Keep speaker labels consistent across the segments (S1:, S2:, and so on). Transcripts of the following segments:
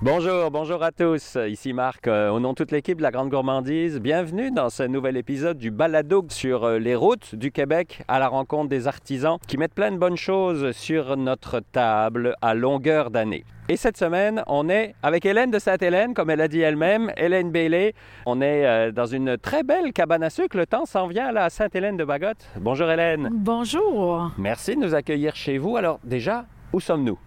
S1: Bonjour, bonjour à tous. Ici Marc, euh, au nom de toute l'équipe de la Grande Gourmandise. Bienvenue dans ce nouvel épisode du balado sur euh, les routes du Québec à la rencontre des artisans qui mettent plein de bonnes choses sur notre table à longueur d'année. Et cette semaine, on est avec Hélène de Sainte-Hélène, comme elle a dit elle-même, Hélène Bailey. On est euh, dans une très belle cabane à sucre. Le temps s'en vient là à Sainte-Hélène de Bagotte. Bonjour Hélène.
S2: Bonjour.
S1: Merci de nous accueillir chez vous. Alors déjà, où sommes-nous?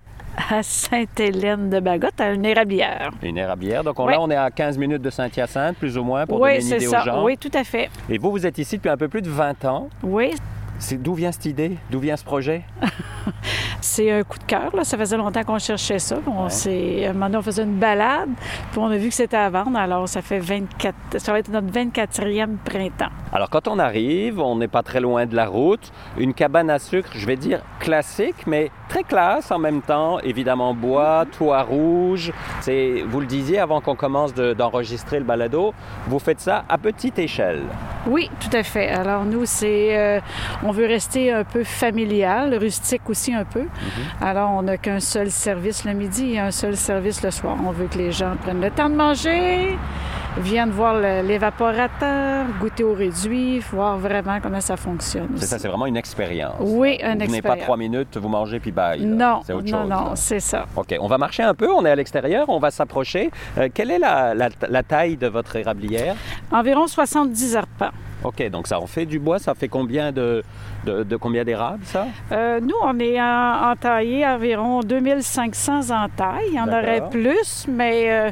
S2: À Sainte-Hélène de Bagotte, à une érablière.
S1: Une érablière. Donc on,
S2: Oui.
S1: là, on est à 15 minutes de Saint-Hyacinthe, plus ou moins, pour
S2: oui,
S1: donner une
S2: c'est
S1: idée aux
S2: ça.
S1: gens.
S2: Oui, tout à fait.
S1: Et vous, vous êtes ici depuis un peu plus de 20 ans.
S2: Oui,
S1: C'est d'où vient cette idée? D'où vient ce projet?
S2: c'est un coup de cœur. Là. Ça faisait longtemps qu'on cherchait ça. Puis On
S1: Ouais.
S2: s'est... À un moment donné, on faisait une balade, puis on a vu que c'était à vendre. Alors, ça fait 24... Ça va être notre 24e printemps.
S1: Alors quand on arrive, on n'est pas très loin de la route. Une cabane à sucre, je vais dire classique, mais très classe en même temps. Évidemment
S2: Mhm.
S1: bois, toit rouge. C'est, vous le disiez avant qu'on commence de- d'enregistrer le balado, vous faites ça à petite échelle.
S2: Oui, tout à fait. Alors nous, c'est, euh, on veut rester un peu familial, rustique aussi un
S1: Mhm.
S2: peu. Alors on n'a qu'un seul service le midi et un seul service le soir. On veut que les gens prennent le temps de manger, viennent voir le- l'évaporateur, goûter au réduit, voir vraiment comment ça fonctionne.
S1: C'est
S2: aussi.
S1: ça, c'est vraiment une expérience.
S2: Oui,
S1: vous
S2: un
S1: venez pas
S2: expert.
S1: trois minutes, vous mangez puis bye. là.
S2: Non,
S1: c'est autre
S2: non,
S1: chose. là.
S2: non, c'est ça.
S1: OK, on va marcher un peu, on est à l'extérieur, on va s'approcher. Euh, quelle est la, la- la taille de votre érablière?
S2: Environ 70 arpents.
S1: OK, donc ça en fait du bois, ça fait combien de, de, de combien d'érables, ça?
S2: Euh, nous, on est en- entaillé environ 2500 entailles. Il y en
S1: D'accord.
S2: aurait plus, mais euh,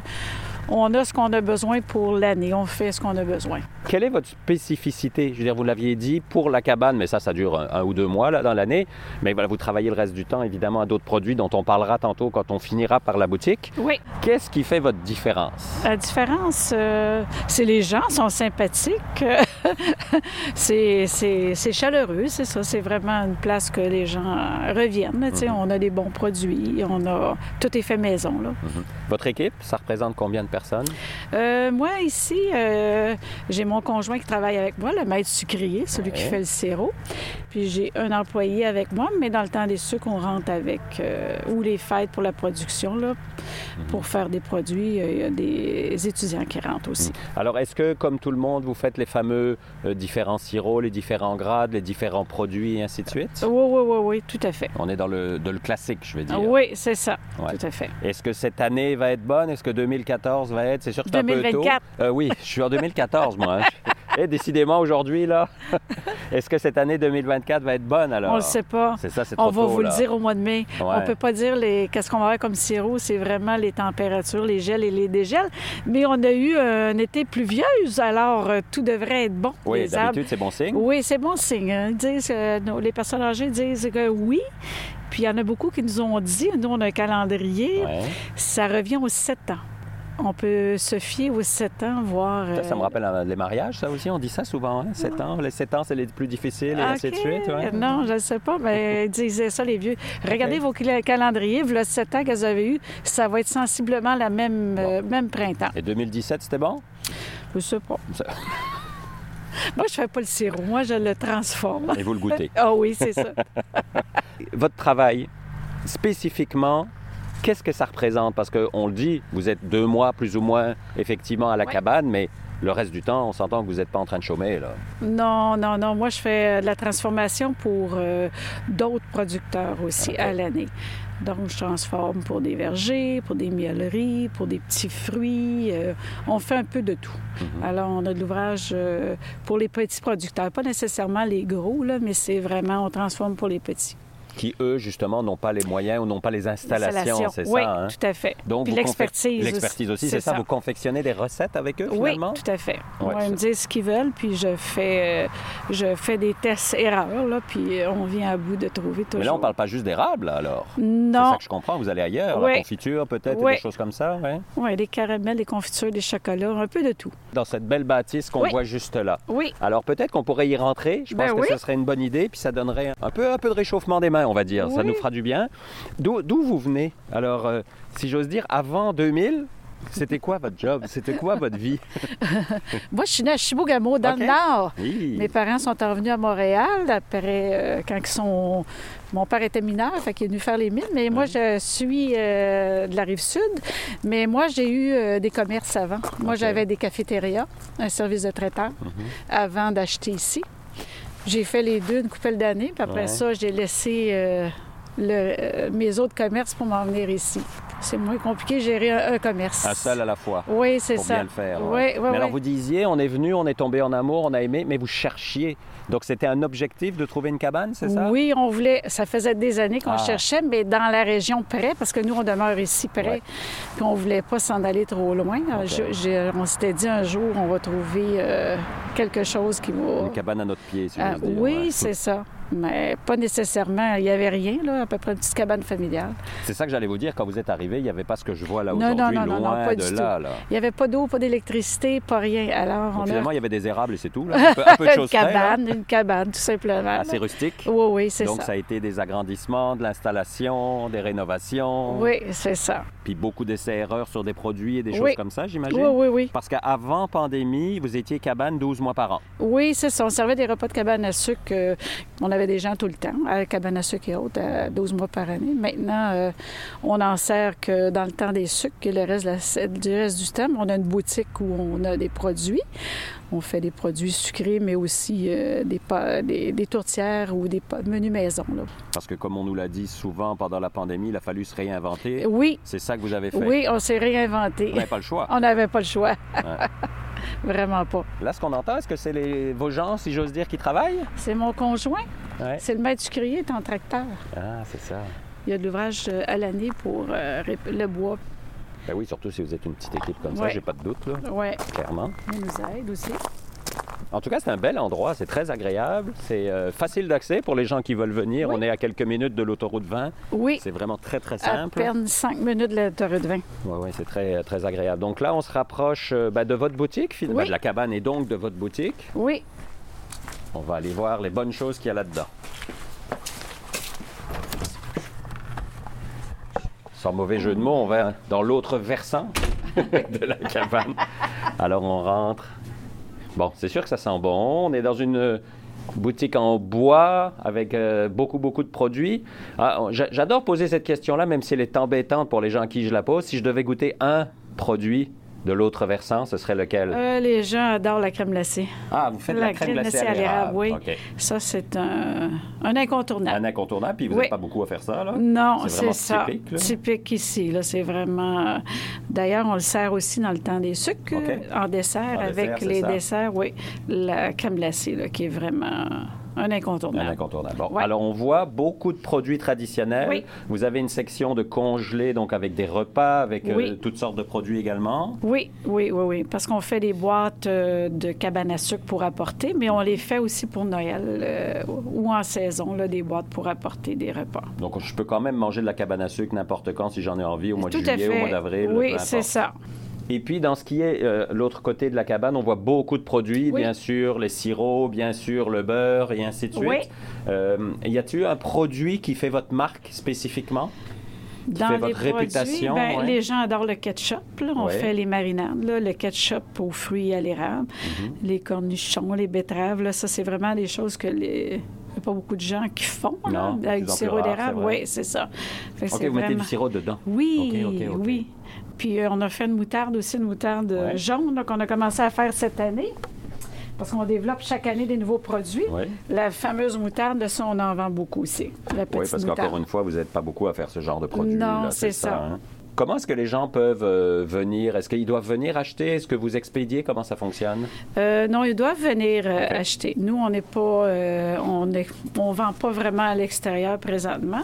S2: on a ce qu'on a besoin pour l'année. On fait ce qu'on a besoin.
S1: Quelle est votre spécificité? Je veux dire, vous l'aviez dit, pour la cabane, mais ça, ça dure un, un ou deux mois là, dans l'année. Mais voilà, vous travaillez le reste du temps, évidemment, à d'autres produits dont on parlera tantôt quand on finira par la boutique.
S2: Oui.
S1: Qu'est-ce qui fait votre différence?
S2: La différence, euh, c'est les gens sont sympathiques. c'est c'est- c'est chaleureux, c'est ça. C'est vraiment une place que les gens euh, reviennent. là. Tu sais, On a des bons produits. On a... Tout est fait maison, là.
S1: Votre équipe, ça représente combien de personnes?
S2: Euh, moi, ici, euh, j'ai mon conjoint qui travaille avec moi, le maître sucrier, celui qui
S1: Ouais.
S2: fait le sirop. Puis j'ai un employé avec moi, mais dans le temps des sucres, on rentre avec, euh, ou les fêtes pour la production, là,
S1: Mhm.
S2: pour faire des produits. euh, Il y a des étudiants qui rentrent aussi.
S1: Alors, est-ce que, comme tout le monde, vous faites les fameux euh, différents sirops, les différents grades, les différents produits et ainsi de suite?
S2: Oui, oui, oui, oui, tout à fait.
S1: On est dans le, de le classique, je vais dire.
S2: Oui, c'est ça,
S1: Ouais.
S2: tout à fait.
S1: Est-ce que cette année va être bonne? Est-ce que 2014 va être? C'est sûr que c'est un peu tôt.
S2: 2024.
S1: Euh, oui, je suis en 2014, moi. hein. Eh, décidément, aujourd'hui, là. Est-ce que cette année 2024 va être bonne, alors?
S2: On le sait pas.
S1: C'est ça, c'est trop
S2: On va
S1: tôt,
S2: vous
S1: là.
S2: le dire au mois de mai. On
S1: Ouais.
S2: peut pas dire les... qu'est-ce qu'on va avoir comme sirop. C'est vraiment les températures, les gels et les dégels. Mais on a eu un été pluvieuse, alors euh, tout devrait être bon.
S1: Oui,
S2: les arbres.
S1: d'habitude, c'est bon signe.
S2: Oui, c'est bon signe. hein. Ils disent, euh, nos- les personnes âgées disent que oui. Puis il y en a beaucoup qui nous ont dit, nous, on a un calendrier,
S1: Ouais.
S2: ça revient aux 7 ans. On peut se fier aux 7 ans, voir...
S1: Ça, ça me rappelle euh, les mariages, ça aussi. On dit ça souvent, hein? 7 ans. Les 7 ans, c'est les plus difficiles et ainsi de suite. ouais.
S2: Non, je ne sais pas, mais ils disaient ça, les vieux. Regardez
S1: hein? OK.
S2: vos cla- calendriers, le 7 ans que vous avez eu, ça va être sensiblement la même, euh, même printemps.
S1: Et 2017, c'était bon?
S2: Je sais pas.
S1: Ça-
S2: Moi, je fais pas le sirop, moi, je le transforme.
S1: Et vous le goûtez.
S2: Ah oui, c'est ça.
S1: Euh, votre travail, spécifiquement, qu'est-ce que ça représente? Parce qu'on le dit, vous êtes deux mois plus ou moins effectivement à la
S2: Ouais.
S1: cabane, mais le reste du temps, on s'entend que vous n'êtes pas en train de chômer. Là.
S2: Non, non, non. Moi, je fais euh, de la transformation pour euh, d'autres producteurs aussi
S1: OK.
S2: à l'année. Donc, je transforme pour des vergers, pour des mielleries, pour des petits fruits. euh, on fait un peu de tout.
S1: Mhm.
S2: Alors, on a de l'ouvrage euh, pour les petits producteurs. Pas nécessairement les gros, là, mais c'est vraiment, on transforme pour les petits.
S1: Qui, eux, justement, n'ont pas les moyens ou n'ont pas les installations, c'est
S2: oui,
S1: ça? hein?
S2: tout à fait.
S1: Donc,
S2: Puis
S1: vous confe-
S2: l'expertise aussi.
S1: L'expertise aussi, c'est
S2: C'est
S1: ça.
S2: ça.
S1: Vous confectionnez des recettes avec eux,
S2: Oui,
S1: finalement?
S2: tout à fait.
S1: Ouais,
S2: Moi,
S1: c'est
S2: ils me disent ce qu'ils veulent, puis je fais, euh, je fais des tests erreurs, là, puis euh, on vient à bout de trouver toujours.
S1: Mais là, on ne parle pas juste d'érable, là, alors. C'est
S2: Non,
S1: ça que je comprends. Vous allez ailleurs, la
S2: Oui.
S1: confiture, peut-être, et
S2: Oui.
S1: des choses comme ça. ouais.
S2: ouais, des caramels, des confitures, des chocolats, un peu de tout.
S1: Dans cette belle bâtisse qu'on
S2: Oui.
S1: voit juste là.
S2: Oui,
S1: Alors peut-être qu'on pourrait y rentrer. Je pense
S2: Ben
S1: que
S2: oui.
S1: ce serait une bonne idée, puis ça donnerait un peu, un peu de réchauffement des mains, on va dire. Ça
S2: Oui.
S1: nous fera du bien. D'où d'où vous venez Alors, euh, si j'ose dire, avant 2000, C'était quoi votre job? C'était quoi votre vie?
S2: Moi, je suis née à Chibougamau, dans
S1: OK.
S2: le Nord.
S1: Oui.
S2: Mes parents sont revenus à Montréal après, euh, quand ils sont. Mon père était mineur, fait qu'il est venu faire les mines, mais moi,
S1: Ah.
S2: je suis euh, de la rive sud. Mais moi, j'ai eu euh, des commerces avant. Moi,
S1: OK. Mhm.
S2: j'avais des cafétérias, un service de traiteur, avant d'acheter ici. J'ai fait les deux une couple d'années, puis après
S1: Ouais.
S2: ça, j'ai laissé euh, le- euh, mes autres commerces pour m'en venir ici. C'est moins compliqué de gérer un, un commerce.
S1: Un seul à la fois.
S2: Oui, c'est
S1: Pour
S2: ça.
S1: bien le faire.
S2: Oui,
S1: ouais.
S2: oui,
S1: mais
S2: oui.
S1: alors, vous disiez, on est venu, on est tombé en amour, on a aimé, mais vous cherchiez. Donc, c'était un objectif de trouver une cabane, c'est ça?
S2: Oui, on voulait. Ça faisait des années qu'on
S1: Ah.
S2: cherchait, mais dans la région près, parce que nous, on demeure ici près,
S1: Ouais.
S2: puis on voulait pas s'en aller trop loin. Alors,
S1: Ok.
S2: je- j'ai- on s'était dit un jour, on va trouver euh, quelque chose qui va.
S1: Une cabane à notre pied, si
S2: Ah,
S1: j'ose dire,
S2: oui,
S1: ouais.
S2: c'est ça. Mais pas nécessairement. Il n'y avait rien, là, à peu près une petite cabane familiale.
S1: C'est ça que j'allais vous dire. Quand vous êtes arrivé, il n'y avait pas ce que je vois là
S2: Non, non,
S1: aujourd'hui,
S2: non, non, non,
S1: loin
S2: pas
S1: de
S2: du
S1: là. là.
S2: Il n'y avait pas d'eau, pas d'électricité, pas rien. Alors,
S1: Donc,
S2: on
S1: finalement,
S2: a
S1: il y avait des érables et c'est tout. Là. Un, peu, un peu de
S2: Oh une
S1: choses hein? près, là.
S2: cabane, une cabane, tout simplement.
S1: Assez rustique.
S2: Oui, oui, c'est
S1: Ah, Donc, ça.
S2: ça.
S1: a été des agrandissements, de l'installation, des rénovations,
S2: Oui, c'est ça.
S1: puis beaucoup d'essais-erreurs sur des produits et des
S2: Oui.
S1: choses comme ça, j'imagine.
S2: Oui, oui, oui.
S1: Parce qu'avant pandémie, vous étiez cabane 12 mois par an.
S2: Oui, c'est ça. On servait des repas de cabane à sucre. euh, on avait des gens tout le temps, à la cabane à sucre et autres, à 12 mois par année. Maintenant, euh, on en sert que dans le temps des sucres et le reste de la- du reste du temps. On a une boutique où on a des produits. On fait des produits sucrés, mais aussi euh, des, pa- des, des tourtières ou des pa- menus maison. là.
S1: Parce que, comme on nous l'a dit souvent pendant la pandémie, il a fallu se réinventer.
S2: Oui,
S1: C'est ça que vous avez fait.
S2: oui, on s'est réinventé.
S1: Vous n'avez pas le choix.
S2: On n'avait pas le choix. Vraiment pas.
S1: Là, ce qu'on entend, est-ce que c'est les- vos gens, si j'ose dire, qui travaillent?
S2: C'est mon conjoint.
S1: Ouais.
S2: C'est le maître sucrier, est en tracteur.
S1: Ah, c'est ça.
S2: Il y a de l'ouvrage euh, à l'année pour euh, rép- le bois.
S1: Ben oui, surtout si vous êtes une petite équipe comme ça,
S2: Ouais.
S1: j'ai pas de doute, là,
S2: Oui,
S1: clairement.
S2: il nous aide aussi.
S1: En tout cas, c'est un bel endroit, c'est très agréable, c'est euh, facile d'accès pour les gens qui veulent venir.
S2: Oui.
S1: On est à quelques minutes de l'autoroute 20,
S2: Oui,
S1: c'est vraiment très très
S2: à
S1: simple. hein.
S2: peine cinq minutes de l'autoroute 20.
S1: Oui, ouais, c'est très, très agréable. Donc là, on se rapproche euh, ben, de votre boutique, finalement,
S2: Oui.
S1: de la cabane et donc de votre boutique.
S2: Oui,
S1: On va aller voir les bonnes choses qu'il y a là-dedans. Sans mauvais jeu de mots, on va dans l'autre versant de la cabane. Alors on rentre. Bon, c'est sûr que ça sent bon. On est dans une euh, boutique en bois avec euh, beaucoup, beaucoup de produits. Ah, on- j'a- J'adore poser cette question-là, même si elle est embêtante pour les gens à qui je la pose. Si je devais goûter un produit de l'autre versant, ce serait lequel
S2: Euh, les gens adorent la crème glacée.
S1: Ah, vous faites de la, crème glacée à l'érable.
S2: oui.
S1: OK.
S2: Ça, c'est un, un incontournable.
S1: un incontournable, puis vous n'avez
S2: Oui.
S1: pas beaucoup à faire ça, là.
S2: Non,
S1: C'est vraiment
S2: c'est ça.
S1: typique, là.
S2: ici. Là, c'est vraiment. euh, D'ailleurs, on le sert aussi dans le temps des sucres
S1: OK.
S2: euh, en dessert
S1: En
S2: avec
S1: dessert, c'est
S2: les
S1: ça.
S2: desserts. Oui, la crème glacée, là, qui est vraiment un
S1: Un
S2: incontournable.
S1: incontournable. Bon,
S2: Ouais.
S1: Alors, on voit beaucoup de produits traditionnels.
S2: Oui.
S1: Vous avez une section de congelés, donc avec des repas, avec euh,
S2: Oui.
S1: toutes sortes de produits également.
S2: Oui, oui, oui, oui. Parce qu'on fait des boîtes euh, de cabane à sucre pour apporter, mais on les fait aussi pour Noël euh, ou en saison, là, des boîtes pour apporter des repas.
S1: Donc, je peux quand même manger de la cabane à sucre n'importe quand si j'en ai envie, au mois
S2: Tout
S1: de
S2: à
S1: juillet,
S2: fait.
S1: au mois d'avril.
S2: Oui,
S1: peu
S2: c'est
S1: importe.
S2: ça.
S1: Et puis, dans ce qui est euh, l'autre côté de la cabane, on voit beaucoup de produits,
S2: Oui.
S1: bien sûr, les sirops, bien sûr, le beurre et ainsi de suite.
S2: Oui.
S1: Euh, y a-t-il un produit qui fait votre marque spécifiquement?
S2: Dans
S1: fait
S2: les
S1: votre réputation,
S2: ben,
S1: ouais.
S2: les gens adorent le ketchup. là. On
S1: Ouais.
S2: fait les marinades, là, le ketchup aux fruits et à l'érable,
S1: Mm-hmm.
S2: les cornichons, les betteraves. Là, ça, c'est vraiment des choses que les... il y a pas beaucoup de gens qui font là,
S1: Non, de
S2: avec
S1: plus
S2: du
S1: en plus
S2: sirop
S1: rare,
S2: d'érable.
S1: c'est vrai.
S2: Oui, c'est ça. Fait que
S1: OK,
S2: c'est
S1: vous mettez du
S2: vraiment-
S1: sirop dedans.
S2: Oui,
S1: OK, OK, OK.
S2: oui. Puis euh, on a fait une moutarde aussi, une moutarde euh,
S1: Ouais.
S2: jaune là, qu'on a commencé à faire cette année. Parce qu'on développe chaque année des nouveaux produits.
S1: Ouais.
S2: La fameuse moutarde, de ça, on en vend beaucoup aussi. La petite
S1: Oui, parce
S2: moutarde.
S1: qu'encore une fois, vous n'êtes pas beaucoup à faire ce genre de produit.
S2: Non,
S1: là,
S2: c'est ça.
S1: hein. Comment est-ce que les gens peuvent euh, venir Est-ce qu'ils doivent venir acheter Est-ce que vous expédiez Comment ça fonctionne
S2: Euh, non, ils doivent venir euh,
S1: OK.
S2: acheter. Nous, on n'est pas, euh, on est, on vend pas vraiment à l'extérieur présentement,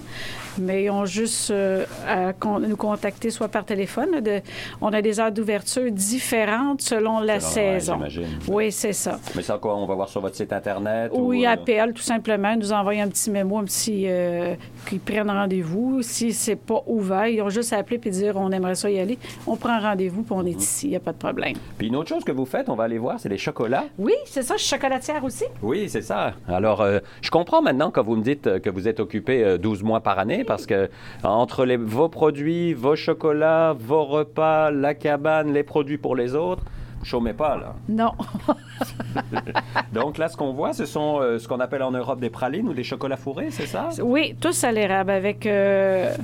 S2: mais ils ont juste euh, à con- nous contacter soit par téléphone. là, de- on a des heures d'ouverture différentes selon
S1: Selon- Ah, ouais,
S2: la saison.
S1: j'imagine.
S2: oui, c'est ça.
S1: Mais ça, quoi On va voir sur votre site Internet
S2: Ou
S1: ou,
S2: ils
S1: euh,
S2: appellent tout simplement, ils nous envoient un petit mémo, un petit. euh, qu'ils prennent rendez-vous. Si c'est pas ouvert, ils ont juste à appeler puis ils dire on aimerait ça y aller, on prend rendez-vous puis on est ici, il n'y a pas de problème.
S1: Puis une autre chose que vous faites, on va aller voir, c'est les chocolats.
S2: Oui, c'est ça, je suis chocolatière aussi.
S1: Oui, c'est ça. Alors, euh, je comprends maintenant quand vous me dites euh, que vous êtes occupé euh, 12 mois par année parce que entre les- vos produits, vos chocolats, vos repas, la cabane, les produits pour les autres, vous chômez pas là.
S2: Non,
S1: Donc là, ce qu'on voit, ce sont euh, ce qu'on appelle en Europe des pralines ou des chocolats fourrés, c'est ça?
S2: oui, tous à l'érable avec, euh,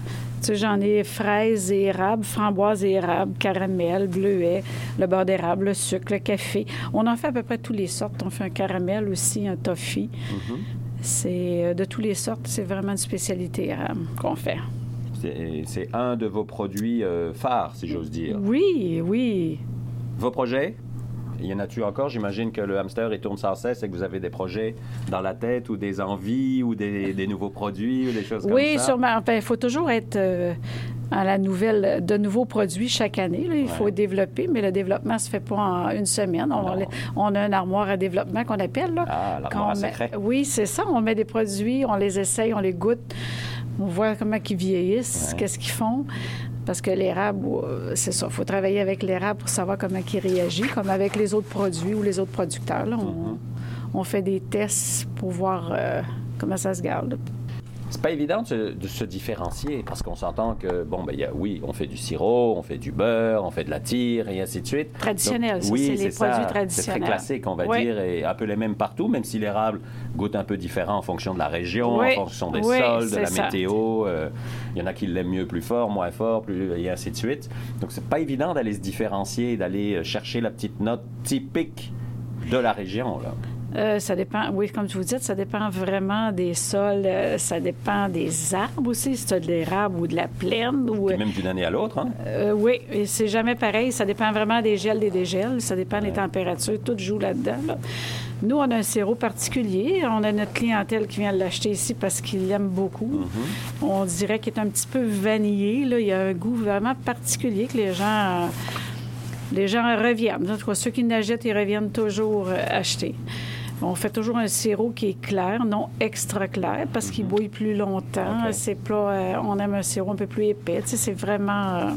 S2: tu sais, j'en ai fraises et érable, framboises et érable, caramel, bleuet, le beurre d'érable, le sucre, le café. On en fait à peu près toutes les sortes. On fait un caramel aussi, un toffee.
S1: Mm-hmm.
S2: C'est euh, de toutes les sortes. C'est vraiment une spécialité érable qu'on fait.
S1: C'est- C'est un de vos produits euh, phares, si j'ose dire.
S2: Oui, oui.
S1: Vos projets? Il y en a-tu encore? J'imagine que le hamster, il tourne sans cesse et que vous avez des projets dans la tête ou des envies ou des, des nouveaux produits ou des choses comme ça.
S2: Oui, sûrement. Ben, Il faut toujours être euh, à la nouvelle, de nouveaux produits chaque année. là. Il faut
S1: Ouais.
S2: développer, mais le développement se fait pas en une semaine. On,
S1: Non.
S2: on a une armoire à développement qu'on appelle. Là,
S1: Ah, l'armoire à
S2: Qu'on met-
S1: secret.
S2: Oui, c'est ça. On met des produits, on les essaye, on les goûte. On voit comment ils vieillissent,
S1: Ouais.
S2: qu'est-ce qu'ils font. Parce que l'érable, euh, c'est ça. Il faut travailler avec l'érable pour savoir comment il réagit, comme avec les autres produits ou les autres producteurs. là. On,
S1: Mhm.
S2: on fait des tests pour voir euh, comment ça se garde.
S1: C'est pas évident de se, de se différencier parce qu'on s'entend que, bon, ben, il y a, oui, on fait du sirop, on fait du beurre, on fait de la tire et ainsi de suite.
S2: Traditionnel,
S1: Donc,
S2: ça,
S1: oui,
S2: c'est les
S1: ça.
S2: produits
S1: C'est
S2: traditionnels.
S1: très classique, on va
S2: Oui.
S1: dire, et un peu les mêmes partout, même si l'érable goûte un peu différent en fonction de la région,
S2: Oui,
S1: en fonction des
S2: oui,
S1: sols, de
S2: c'est
S1: la
S2: ça.
S1: météo. euh, Il y en a qui l'aiment mieux plus fort, moins fort, plus, et ainsi de suite. Donc, c'est pas évident d'aller se différencier, d'aller euh, chercher la petite note typique de la région, là.
S2: Euh, ça dépend, oui, comme je vous dites, ça dépend vraiment des sols, euh, ça dépend des arbres aussi, si tu de l'érable ou de la plaine. Ou,
S1: Puis même d'une année à l'autre, hein.
S2: Euh, oui, et c'est jamais pareil, ça dépend vraiment des gels, des dégels, ça dépend des températures, tout joue là-dedans. là. Nous, on a un sirop particulier, on a notre clientèle qui vient l'acheter ici parce qu'il l'aime beaucoup. On dirait qu'il est un petit peu vanillé, là. il y a un goût vraiment particulier que les gens... Les gens reviennent. En tout cas, ceux qui l'achètent, ils reviennent toujours euh, acheter. On fait toujours un sirop qui est clair, non extra clair, parce qu'il bouille plus longtemps.
S1: Ok.
S2: C'est pas, euh, on aime un sirop un peu plus épais. Tu sais, c'est vraiment euh,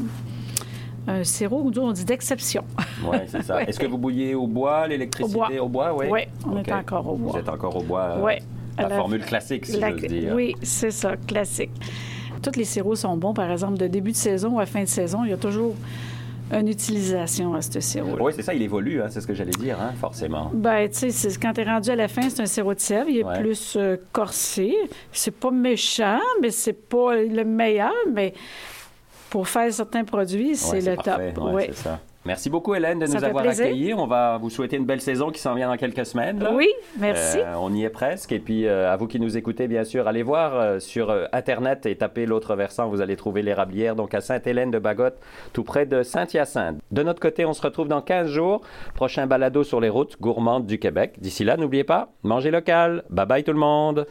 S2: un sirop, nous, on dit d'exception.
S1: Oui, c'est ça. Est-ce que vous bouillez au bois, l'électricité
S2: Au
S1: au bois, oui?
S2: Ouais, on est
S1: Ok.
S2: encore au bois.
S1: Vous êtes encore au bois. euh,
S2: Ouais.
S1: La,
S2: La-
S1: formule classique, si
S2: La-
S1: j'ose dire.
S2: Oui, c'est ça, classique. Tous les sirops sont bons, par exemple, de début de saison à fin de saison. Il y a toujours une utilisation à ce sirop.
S1: Oui, c'est ça, il évolue, hein, c'est ce que j'allais dire, hein, forcément.
S2: Ben, tu sais, c'est- quand t'es rendu à la fin, c'est un sirop de sève. Il est
S1: Ouais.
S2: plus euh, corsé. C'est pas méchant, mais c'est pas le meilleur. Mais pour faire certains produits, c'est
S1: Ouais,
S2: le
S1: parfait.
S2: top.
S1: Ouais,
S2: Ouais.
S1: c'est ça. Merci beaucoup, Hélène, de
S2: Ça
S1: nous
S2: fait
S1: avoir
S2: plaisir.
S1: accueillis. On va vous souhaiter une belle saison qui s'en vient dans quelques semaines. là.
S2: Oui, merci.
S1: Euh, on y est presque. Et puis, euh, à vous qui nous écoutez, bien sûr, allez voir euh, sur euh, Internet et tapez l'autre versant. Vous allez trouver l'érablière, donc à Sainte-Hélène-de-Bagotte, tout près de Saint-Hyacinthe. De notre côté, on se retrouve dans 15 jours. Prochain balado sur les routes gourmandes du Québec. D'ici là, n'oubliez pas, mangez local. Bye bye tout le monde.